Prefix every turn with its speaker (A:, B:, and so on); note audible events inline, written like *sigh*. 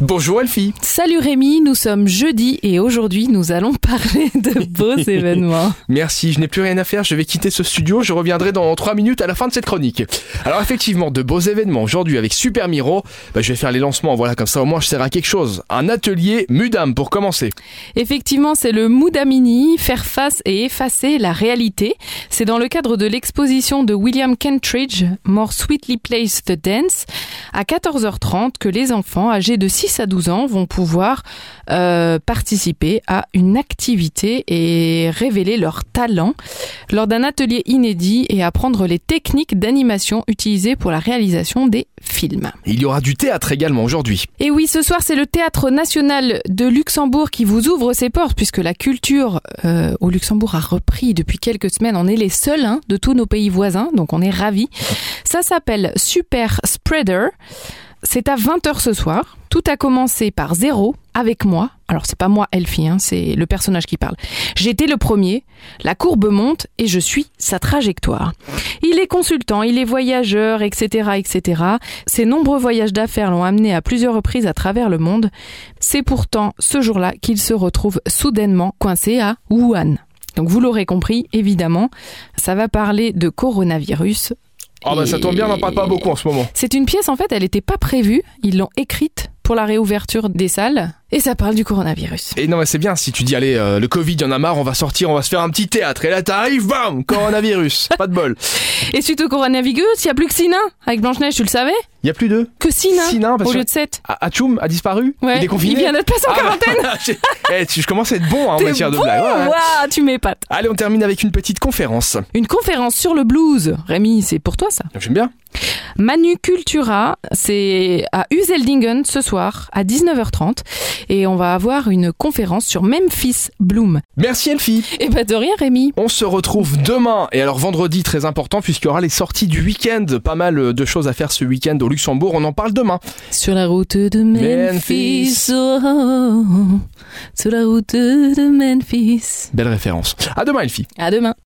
A: Bonjour Elfie.
B: Salut Rémi, nous sommes jeudi et aujourd'hui nous allons *laughs* parler de beaux événements.
A: Merci, je n'ai plus rien à faire, je vais quitter ce studio, je reviendrai dans 3 minutes à la fin de cette chronique. Alors effectivement, de beaux événements aujourd'hui avec Super Miro, bah, je vais faire les lancements, voilà comme ça au moins je sers à quelque chose. Un atelier Mudam pour commencer.
B: Effectivement, c'est le Moudamini, faire face et effacer la réalité. C'est dans le cadre de l'exposition de William Kentridge, More Sweetly Plays the Dance, à 14h30 que les enfants âgés de 6 à 12 ans vont pouvoir euh, participer à une activité et révéler leur talent lors d'un atelier inédit et apprendre les techniques d'animation utilisées pour la réalisation des films.
A: Il y aura du théâtre également aujourd'hui.
B: Et oui, ce soir, c'est le Théâtre national de Luxembourg qui vous ouvre ses portes, puisque la culture euh, au Luxembourg a repris depuis quelques semaines. On est les seuls hein, de tous nos pays voisins, donc on est ravis. Ça s'appelle Super Spreader. C'est à 20h ce soir. Tout a commencé par zéro avec moi. Alors c'est pas moi Elfie, hein, c'est le personnage qui parle. J'étais le premier, la courbe monte et je suis sa trajectoire. Il est consultant, il est voyageur, etc. etc. Ses nombreux voyages d'affaires l'ont amené à plusieurs reprises à travers le monde. C'est pourtant ce jour-là qu'il se retrouve soudainement coincé à Wuhan. Donc vous l'aurez compris, évidemment, ça va parler de coronavirus,
A: Ah bah ça tombe bien, on n'en parle pas beaucoup en ce moment.
B: c'est une pièce, en fait, elle n'était pas prévue. Ils l'ont écrite pour la réouverture des salles. Et ça parle du coronavirus.
A: Et non mais c'est bien, si tu dis allez, euh, le Covid, y en a marre, on va sortir, on va se faire un petit théâtre. Et là t'arrives, bam, coronavirus, pas de bol.
B: Et suite au coronavirus, il n'y a plus que 6 nains. Avec Blanche-Neige, tu le savais
A: Il y a plus de
B: Que 6 nains
A: Sinan, parce
B: au
A: que
B: lieu de 7.
A: Ah, Atchoum a disparu
B: Ouais.
A: Il est confiné
B: vient d'être placé en
A: Ah bah,
B: quarantaine.
A: *laughs* j'ai- Eh, tu- je commence à être bon hein, en
B: T'es
A: matière de
B: bon,
A: blague.
B: Ouah, tu m'épates.
A: Allez, on termine avec une petite conférence.
B: Une conférence sur le blues. Rémi, c'est pour toi ça.
A: J'aime bien.
B: Manu Cultura, c'est à Useldingen ce soir à 19h30 et on va avoir une conférence sur Memphis Bloom.
A: Merci Elfie.
B: Et bah de rien Rémi.
A: On se retrouve demain et alors vendredi très important puisqu'il y aura les sorties du week-end. Pas mal euh, de choses à faire ce week-end au Luxembourg. On en parle demain.
B: Sur la route de Memphis,
A: Memphis.
B: oh, oh, oh. sur la route de Memphis.
A: Belle référence. À demain Elfie.
B: À demain.